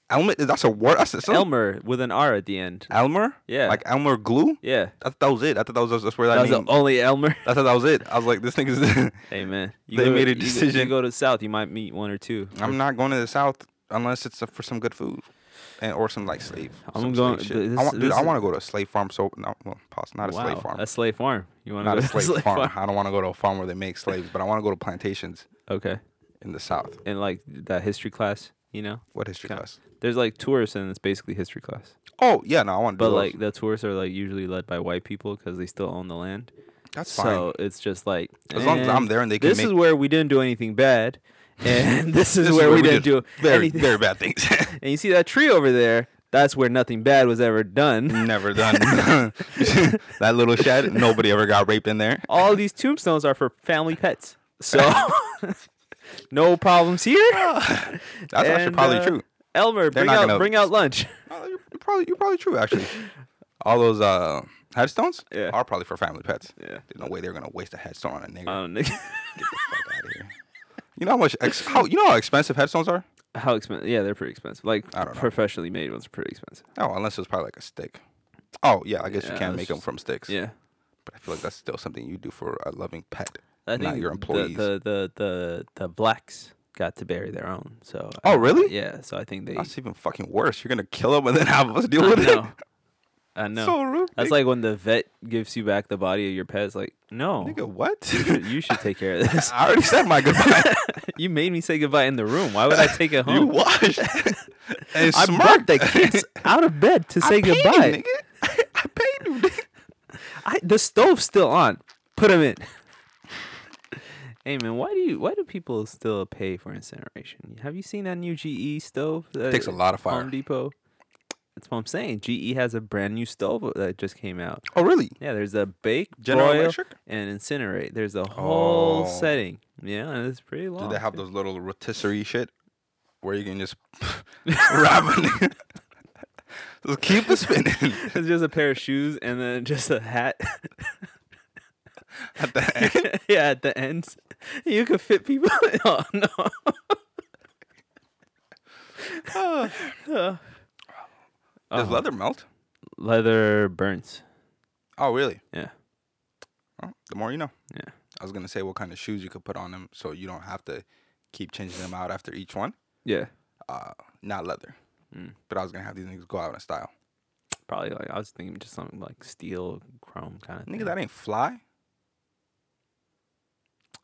B: Elmer. That's a word. That's a, some-
A: Elmer with an R at the end.
B: Elmer.
A: Yeah.
B: Like Elmer Glue.
A: yeah.
B: I thought that was it. I thought that was that's where that,
A: That was the
B: name.
A: only Elmer. <laughs>
B: I thought that was it. I was like, this nigga's. <laughs>
A: Hey man, you
B: They
A: go-
B: made a
A: you go- You
B: decision.
A: go, to the south, you might meet one or two.
B: I'm not going to the south unless it's for some good food, and or some like slave.
A: I'm
B: some
A: going- but
B: slave shit. I
A: this-
B: want, dude,
A: this
B: I
A: is-
B: want to go to a slave farm. So no, well, pause. Not a
A: wow,
B: slave farm.
A: a slave farm. You want
B: not
A: to <laughs>
B: a
A: go to
B: slave, farm. I don't want to go to a farm where they make slaves, but I want to go to plantations
A: Okay,
B: in the south.
A: and like that history class, you know,
B: What history
A: Okay.
B: class?
A: there's like tourists and it's basically history class.
B: Oh yeah, no, I want to.
A: But
B: do
A: like
B: those.
A: the tourists are like usually led by white people because they still own the land.
B: that's
A: so it's just like
B: fine. As long as I'm
A: "Eh,
B: there and they can
A: This
B: make
A: is where we didn't do anything
B: <laughs>
A: bad, and <laughs> this is
B: This is
A: where
B: where
A: we
B: we
A: didn't do
B: very
A: anything.
B: very bad things. <laughs>
A: And you see that tree over there? That's where nothing bad was ever done.
B: Never done <laughs> that little shed. Nobody ever got raped in there.
A: <laughs> All these tombstones are for family pets.
B: <laughs>
A: So <laughs> no problems here.
B: That's actually
A: And,
B: probably
A: uh,
B: true.
A: Elmer, bring
B: not
A: out
B: gonna-
A: bring out lunch.
B: Uh, you're probably you're probably true
A: <laughs>
B: actually. All those uh, headstones
A: Yeah.
B: are probably for family pets.
A: Yeah. <laughs>
B: There's no way they're gonna waste a headstone on a nigga.
A: Um, nigga,
B: Get the fuck out of here. You know how much ex- how you know how expensive headstones are?
A: <laughs> how expensive? Yeah, they're pretty expensive. Like
B: I don't know.
A: professionally made ones are pretty expensive.
B: Oh, unless it's probably like a stick. Oh yeah, I guess
A: Yeah,
B: you can
A: that's
B: make them
A: just-
B: from sticks.
A: Yeah.
B: but I feel like that's still something you do for a loving pet,
A: I
B: not your
A: the-
B: employees.
A: The, the the the blacks got to bury their own. So
B: Oh,
A: I-
B: really?
A: Yeah. So I think they.
B: that's even fucking worse. You're gonna kill them and then have us <laughs> deal
A: I
B: with it.
A: know. I know.
B: So rude.
A: That's
B: nigga.
A: like when the vet gives you back the body of your pet. It's like, no,
B: nigga,
A: <laughs>
B: what?
A: you should- you should take care
B: <laughs>
A: of this. <laughs>
B: I already said my goodbye.
A: you made me say goodbye in the room. Why would I take it
B: <laughs> you
A: home? <laughs>
B: washed and
A: I
B: smirked.
A: brought the
B: <laughs>
A: kids out of bed to say
B: I paid you,
A: goodbye.
B: nigga. <laughs> I paid you. Nigga.
A: I, the stove's still on. Put them in. <laughs> hey man, why do you? Why do people still pay for incineration? Have you seen that new GE stove? That
B: Takes a lot of fire.
A: Home Depot. That's what I'm saying. GE has a brand new stove that just came out.
B: Oh, really?
A: Yeah, there's a bake,
B: General
A: broil,
B: Electric?
A: and incinerate. There's a whole
B: Oh.
A: setting. Yeah, and it's pretty long.
B: Do they have those little rotisserie shit where you can just <laughs> wrap a nigga? Just keep it
A: <laughs>
B: spinning <laughs>
A: It's just a pair of shoes and then <laughs> just a hat.
B: at <laughs> the end.
A: yeah, at the ends. <laughs> You could fit people. <laughs> oh
B: <sighs>
A: no. <sighs>
B: Does
A: Uh-huh.
B: leather melt?
A: Leather burns.
B: Oh, really?
A: Yeah.
B: Oh, the more you know.
A: Yeah.
B: I was gonna say what kind of shoes you could put on them so you don't have to keep changing them out after each one.
A: Yeah.
B: Uh, not leather.
A: Mm.
B: But I was gonna have these niggas go out in style.
A: Probably like I was thinking just something like steel, chrome kind of
B: Nigga, that ain't fly.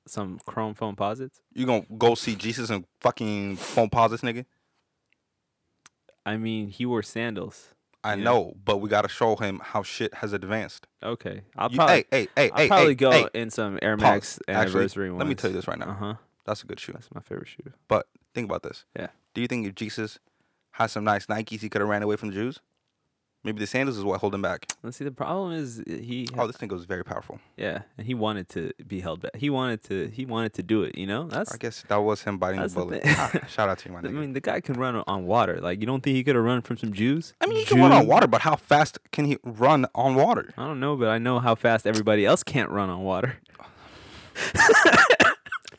A: Some chrome foam posits.
B: You gonna go see Jesus and fucking phone pause this nigga?
A: I mean, he wore sandals.
B: I
A: Yeah.
B: know, but we gotta show him how shit has advanced.
A: Okay, I'll
B: You-
A: probably,
B: hey, hey, hey,
A: I'll
B: hey,
A: probably
B: hey,
A: go
B: hey.
A: in some Air
B: Pause.
A: Max
B: Actually,
A: anniversary ones.
B: Let me tell you this right now.
A: Uh huh.
B: That's a good shoe.
A: That's my favorite shoe.
B: But think about this.
A: Yeah.
B: Do you think if Jesus had some nice Nikes, he could have ran away from the Jews? Maybe the sandals is what hold him back.
A: Let's see. The problem is uh, he.
B: Oh, this nigga was very powerful.
A: Yeah, and he wanted to be held back. He wanted to. He wanted to do it. You know, that's.
B: I guess that was him biting the
A: that's the
B: bullet.
A: thing.
B: Ah, shout out to you, my
A: I
B: nigga.
A: mean, <laughs> the guy can run on water. Like, you don't think he could have run from some Jews?
B: I mean, he can run on
A: Jew-
B: water, but how fast can he run on water?
A: I don't know, but I know how fast everybody else can't run on water. <laughs>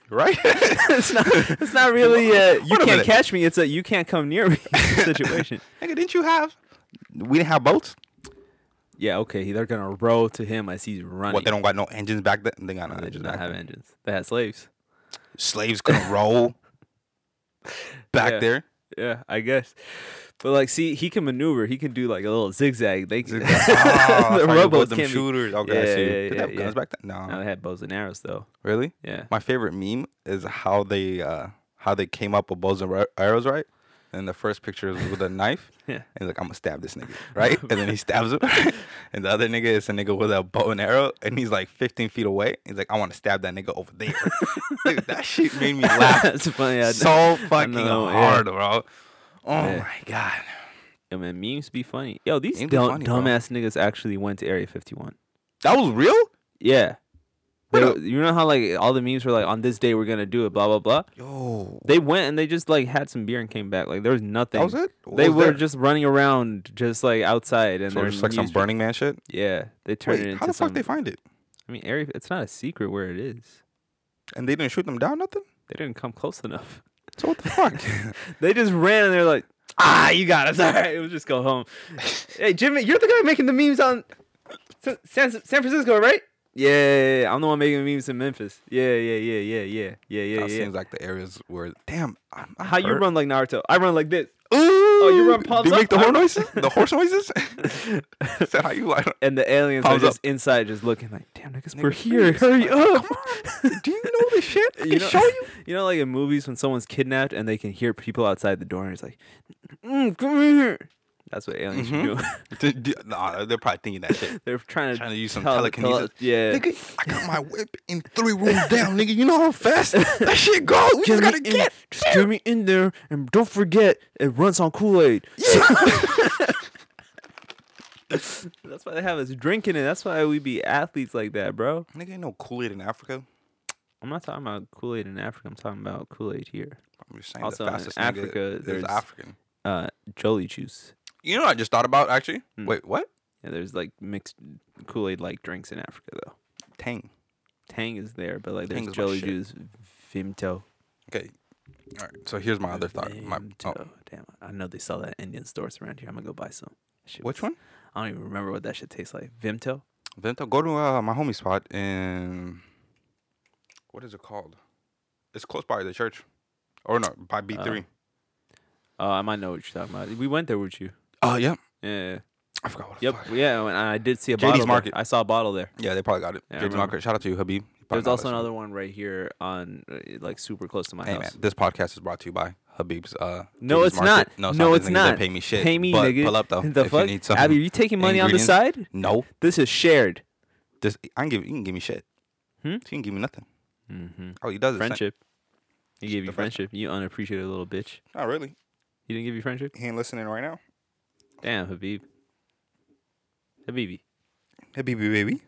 B: Right?
A: it's not. It's not really. A, you
B: Wait a
A: can't
B: minute.
A: catch me. It's a you can't come near
B: <laughs>
A: me situation.
B: <laughs> Nigga, didn't you have? We didn't have boats.
A: Yeah. Okay. They're gonna row to him as he's running.
B: What? They don't got no engines back then. They got no
A: They did
B: engines
A: not
B: back
A: have
B: then.
A: engines. They had slaves.
B: Slaves couldn't roll back
A: Yeah. <laughs>
B: there.
A: Yeah, I guess. But like, see, he can maneuver. He can do like a little zigzag. They can, <laughs>
B: Oh, that's
A: the
B: how you build
A: robots
B: them
A: can't be.
B: shooters. Okay, I
A: Yeah,
B: see.
A: yeah,
B: Did they
A: yeah,
B: have guns
A: yeah. Uh,
B: back then? No.
A: <laughs> Now they had bows and arrows though.
B: Really?
A: Yeah.
B: My favorite meme is how they uh how they came up with bows and ri- arrows, right? And the first picture is with a knife.
A: <laughs> Yeah.
B: And like, I'm gonna stab this nigga,
A: <laughs>
B: right? And then he stabs him. <laughs> and the other nigga is a nigga with a bow and arrow, and he's like 15 feet away. He's like, I want to stab that nigga over
A: <laughs>
B: there. Dude, that shit made me laugh
A: That's funny. I
B: so fucking
A: know, yeah.
B: hard, bro. Oh
A: Yeah.
B: my god.
A: Yo, man, memes be funny. Yo, these
B: Memes be
A: dumb,
B: funny, bro.
A: dumbass niggas actually went to Area 51.
B: That was real?
A: Yeah.
B: What
A: They-
B: up?
A: you know how like all the memes were like on this day we're gonna do it, blah blah blah.
B: Yo.
A: They went and they just like had some beer and came back. Like there was nothing.
B: That was it? What
A: They
B: was
A: were
B: there?
A: just running around, just like outside, and
B: So
A: there's
B: just like some Burning Man shit?
A: Yeah, they turned it
B: Wait,
A: into
B: how the fuck
A: some-
B: they find it?
A: I mean, area. It's not a secret where it is.
B: And they didn't shoot them down, nothing?
A: They didn't come close enough. <laughs>
B: So <laughs> what the fuck?
A: They just ran and they're like, ah, you got us. <laughs> All right, we'll just go
B: <laughs>
A: home. hey, Jimmy, you're the guy making the memes on San, San San Francisco, right? Yeah, yeah, yeah, I'm the one making the memes in Memphis. Yeah, yeah, yeah, yeah, yeah, yeah, yeah,
B: that
A: yeah.
B: seems like the areas where damn I'm, I'm
A: How you
B: hurt.
A: run like Naruto? I run like this.
B: Ooh, oh,
A: you run palms
B: Do you
A: up?
B: make the
A: I- <laughs>
B: horn noises? The horse noises? Is that how you like?
A: And the aliens are
B: Palms up.
A: just inside, just looking like, damn, niggas, we're
B: Nigga,
A: here.
B: please,
A: Hurry
B: like,
A: up. <laughs>
B: come on. Do you know this shit? I can show <laughs> you.
A: You know, like in movies when someone's kidnapped and they can hear people outside the door, and it's like, mm, come here. That's what aliens should do. <laughs>
B: Do- do- Nah, they're probably thinking that shit.
A: They're trying to
B: Mm-hmm. Trying to use some
A: tell-
B: telekinesis.
A: tell- yeah.
B: Nigga, <laughs> I got my whip in three rooms down, nigga. You know
A: <laughs>
B: how fast that shit goes. We
A: Get
B: just
A: me
B: gotta
A: in-
B: get.
A: just get me in there, and don't forget it runs on Kool <laughs> Aid. That's why they have us drinking it. That's why we be athletes like that, bro.
B: Nigga, ain't no Kool Aid in Africa.
A: I'm not talking about Kool Aid in Africa. I'm talking about Kool Aid here.
B: I'm just saying.
A: Also,
B: the
A: in
B: fastest
A: Africa,
B: nigga
A: there's-
B: is African.
A: Uh, Jolly juice.
B: You know, what I just thought about actually. Wait, what?
A: Yeah, there's like mixed Kool Aid like drinks in Africa though.
B: Tang.
A: Tang is there, but like
B: Tang
A: there's
B: is my
A: Jolly
B: shit.
A: juice, Vimto.
B: Okay. All right. So here's my other thought. My oh,
A: Vimto. Damn, I know they sell that in Indian stores around here. I'm gonna go buy some. That shit
B: which
A: was-
B: one?
A: I don't even remember what that shit tastes like. Vimto.
B: Vento, go to uh, my homie spot in what is it called? It's close by the church, or no, by B three.
A: Uh, I might know what you're talking about. We went there with you.
B: Oh yeah,
A: Yeah.
B: I forgot what. the
A: Yep.
B: fuck.
A: Yeah. And I did see a
B: JD's
A: bottle. there.
B: Market.
A: I saw a bottle there.
B: Yeah, they probably got it.
A: Yeah, I
B: JD
A: remember.
B: Market, shout out to you, Habib. You probably
A: There's
B: know
A: also
B: this.
A: another one right here on uh, like super close to my
B: Hey
A: house.
B: man,
A: <laughs>
B: this podcast is brouut to you by Habib's. Uh,
A: No,
B: JD's
A: it's
B: Market.
A: not.
B: No,
A: No,
B: not.
A: it's
B: These niggas
A: not.
B: Don't pay me shit.
A: Pay me,
B: but
A: nigga.
B: Pull up <laughs> though.
A: The
B: if
A: fuck?
B: You need some
A: Abby, are you taking money on the
B: ingredients.
A: side?
B: No,
A: This is shared.
B: this I can give. You can give me shit.
A: Hmm?
B: You can give me nothing.
A: Mm-hmm.
B: Oh, he does it.
A: Friendship. He gave
B: the
A: you friendship.
B: friendship.
A: You unappreciated little bitch.
B: Not Oh, really.
A: He didn't give you friendship.
B: He ain't listening right now.
A: Damn, Habib. Habibi.
B: Habib, baby.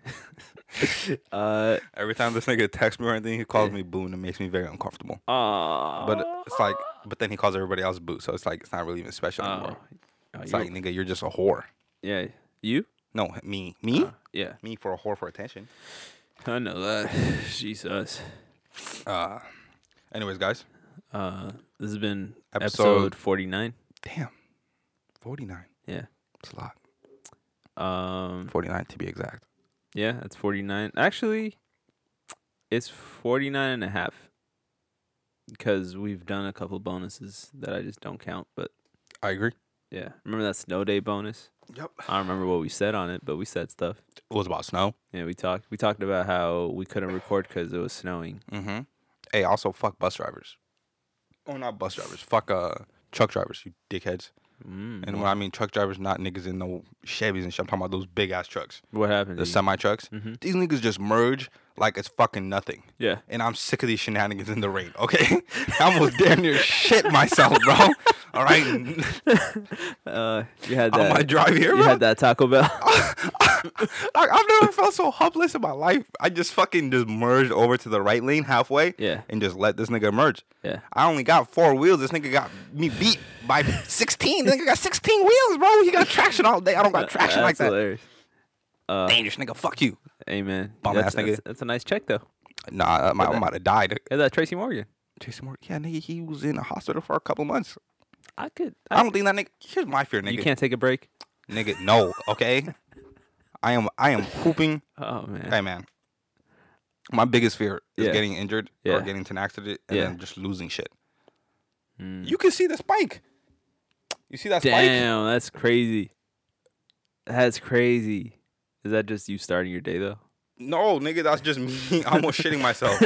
A: Uh.
B: Every time this nigga texts me or anything, he calls me boo and it makes me very uncomfortable.
A: Aw.
B: But uh, it's like, but then he calls everybody else boo, so it's like it's not really even special
A: Oh.
B: anymore.
A: Oh,
B: It's
A: you-
B: like, nigga, you're just a whore.
A: yeah. You?
B: No, me, me,
A: Uh, yeah.
B: me for a whore for attention.
A: I know that. <sighs> Jesus.
B: Uh, anyways, guys,
A: Uh, this has been
B: Episode-
A: episode 49.
B: damn, forty nine.
A: Yeah.
B: it's a lot.
A: Um,
B: Forty nine to be exact.
A: yeah, that's 49. Actually, it's 49 and a half because we've done a couple bonuses that I just don't count. But
B: I agree.
A: yeah, remember that snow day bonus?
B: Yep.
A: I don't remember what we said on it, but we said stuff.
B: It was about snow.
A: Yeah, we talked. We talked about how we couldn't record because it was snowing.
B: Mm-hmm. Hey, also fuck bus drivers. Oh, not bus drivers. Fuck uh truck drivers. You dickheads.
A: Mm.
B: And when I mean truck drivers, not niggas in no Chevys and shit. I'm talking about those big ass trucks.
A: What happened?
B: the
A: to you?
B: semi trucks.
A: Mm-hmm.
B: These niggas just merge like it's fucking nothing.
A: yeah,
B: And I'm sick of these shenanigans in the rain. Okay, <laughs> I almost damn near shit myself,
A: <laughs>
B: bro. All right, <laughs>
A: uh, you had
B: on
A: that.
B: Oh my drive here,
A: you
B: bro. <laughs> Oh,
A: had that Taco Bell.
B: Like, I've never felt so helpless in my life. I just fucking just merged over to the right lane halfway,
A: Yeah.
B: and just let this nigga merge.
A: yeah.
B: I only got four wheels. This nigga got me beat by 16. This nigga got 16 wheels, bro. He got traction all day. I don't got traction like
A: That's
B: that.
A: hilarious.
B: Dangerous nigga. Fuck you.
A: Amen.
B: Bum
A: that's,
B: ass nigga.
A: That's, that's a nice check though.
B: Nah, uh, I might, I might have died.
A: Yeah, that Tracy Morgan.
B: Jason Moore. Yeah, nigga, he was in a hospital for a couple months.
A: I could.
B: I don't think that nigga. Here's my fear, nigga.
A: you can't take a break.
B: Nigga, no. Okay.
A: <laughs>
B: I am. I am hooping.
A: Oh man.
B: Hey, man. My biggest fear is
A: Yeah.
B: getting injured or
A: Yeah.
B: getting into an accident and
A: Yeah.
B: then just losing shit.
A: Mm.
B: You can see the spike. You see that spike?
A: Damn, that's crazy. That's crazy. Is that just you starting your day though?
B: No, nigga, that's just me. <laughs> almost
A: <laughs>
B: shitting myself.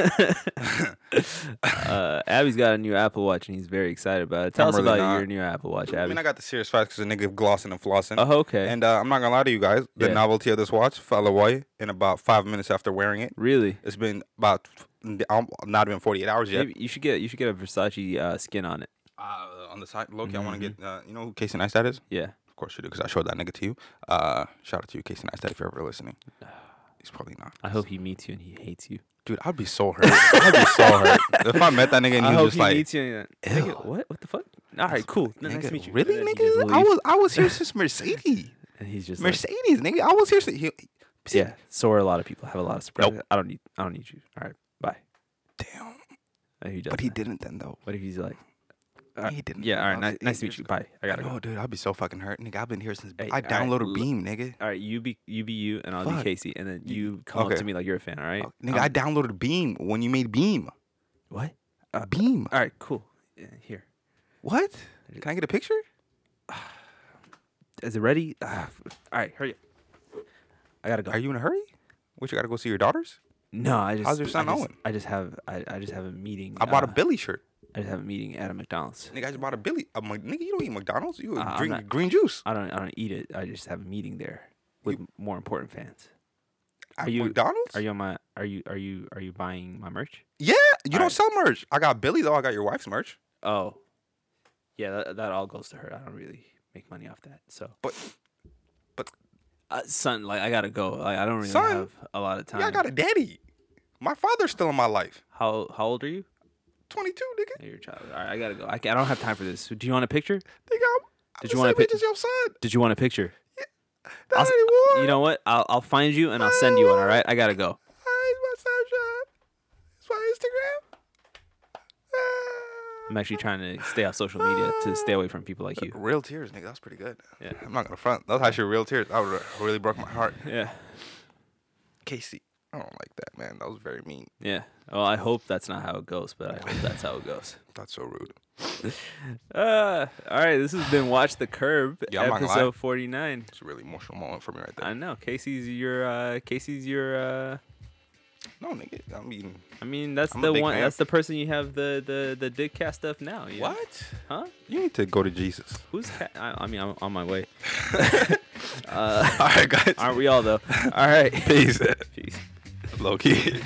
A: uh, Abby's got a new Apple Watch and he's very excited about it. Tell
B: I'm
A: us
B: really
A: about
B: not.
A: your new Apple Watch,
B: I
A: Abby.
B: mean, I got the serious facts because a nigga glossing and flossing.
A: oh, okay.
B: And uh, I'm not gonna lie to you guys, the
A: Yeah.
B: novelty of this watch fell away in about five minutes after wearing it.
A: really?
B: It's been about um, not even 48 hours yet.
A: Maybe you should get you should get a Versace uh, skin on it.
B: Mm-hmm. Uh, on the side, Loki, I want to get. Uh, you know who Casey Neistat is?
A: Yeah.
B: Of course you do, because I showed that nigga to you. Uh, shout out to you, Casey Neistat, if you're ever <sighs> listening. He's probably not.
A: I hope he meets you and he hates you.
B: Dude, I'd be so hurt. I'd be so <laughs> hurt. If I met that nigga and
A: I
B: he was
A: hope
B: just
A: he
B: like,
A: meets you. And you're like, nigga, what? What the fuck? All right, cool. N- nice
B: nigga,
A: to meet you.
B: Really,
A: And then he
B: nigga?
A: just
B: I
A: leaves.
B: was I was <laughs> here since Mercedes.
A: And he's just like,
B: Mercedes, nigga. I was here since he, See,
A: yeah. So are a lot of people. I have a lot of surprises. I don't need. I don't need you. All right, bye.
B: damn.
A: And he does
B: But he
A: that.
B: didn't then though.
A: What if he's like, all right,
B: he didn't.
A: yeah, all right,
B: That was
A: nice, nice
B: eight
A: to meet
B: years
A: you.
B: ago.
A: Bye. I gotta go.
B: No, Oh, dude, I'd be so fucking hurt, nigga. I've been here since
A: Hey,
B: I
A: all right,
B: downloaded
A: look.
B: Beam, nigga.
A: All right, you be you be you, and I'll be
B: Fuck.
A: Casey, and then you come up
B: okay.
A: to me like you're a fan. All right,
B: Nigga,
A: Um,
B: I downloaded Beam when you made Beam.
A: what? uh,
B: Beam.
A: All right, cool. Yeah, Here,
B: What? Can I get a picture?
A: is it ready? Ah, f- all right, hurry up. I gotta go.
B: Are you in a hurry? What you gotta go see your daughters?
A: no, I just
B: How's your son
A: I just,
B: Owen?
A: I just have I, I just have a meeting.
B: I bought a
A: uh,
B: Billy shirt.
A: I just have a meeting at a McDonald's.
B: Nigga, I just bought a Billy. I'm like, nigga, you don't eat McDonald's. You
A: Uh, I'm
B: drink
A: not-
B: green juice.
A: I don't I don't eat it. I just have a meeting there with more important fans.
B: At
A: are you-
B: McDonald's?
A: Are you on my are you are you are you buying my merch?
B: yeah, you don't
A: right.
B: sell merch. I got Billy though. I got your wife's merch.
A: Oh. Yeah, that, that all goes to her. I don't really make money off that. So
B: But
A: uh, son, like I gotta go. Like, I don't really
B: Son?
A: have a lot of time.
B: yeah, I got a daddy. My father's still in my life.
A: How how old are you?
B: 22, nigga.
A: You're a child. All right, I gotta go. I, ca- I don't have time for this. Do you want a picture?
B: Nigga, I'm, I'm
A: Did
B: the
A: you wanna
B: same age
A: pick-
B: as your son.
A: Did you want a picture?
B: That
A: I'll s-
B: ain't war.
A: You know what? I'll I'll find you and I'll send you one. All right, I gotta go.
B: Hey, it's my Snapchat. It's my Instagram. Ah.
A: I'm actually trying to stay off social media to stay away from people like you.
B: Real tears, nigga. That was pretty good.
A: Yeah.
B: I'm not gonna front. That was actually real tears. That re- really broke my heart.
A: Yeah.
B: Casey, I don't like that, man. That was very mean.
A: Yeah. Well, I hope that's not how it goes, but I hope that's how it goes.
B: That's so rude.
A: <laughs> Uh, all right. This has been Watch the Curb,
B: Yeah, I'm not gonna lie.
A: episode 49.
B: It's a really emotional moment for me right there.
A: I know Casey's your uh, Casey's your uh,
B: no, nigga. I mean,
A: I mean that's
B: I'm a
A: the
B: big
A: one
B: fan.
A: that's the person you have the the the dick cast stuff now. you know?
B: what?
A: Huh?
B: You need to go to Jesus. <laughs>
A: Who's ca- I, I mean I'm on my way.
B: all right, guys.
A: <laughs> Aren't we all though? All right.
B: Peace.
A: Peace.
B: Loki.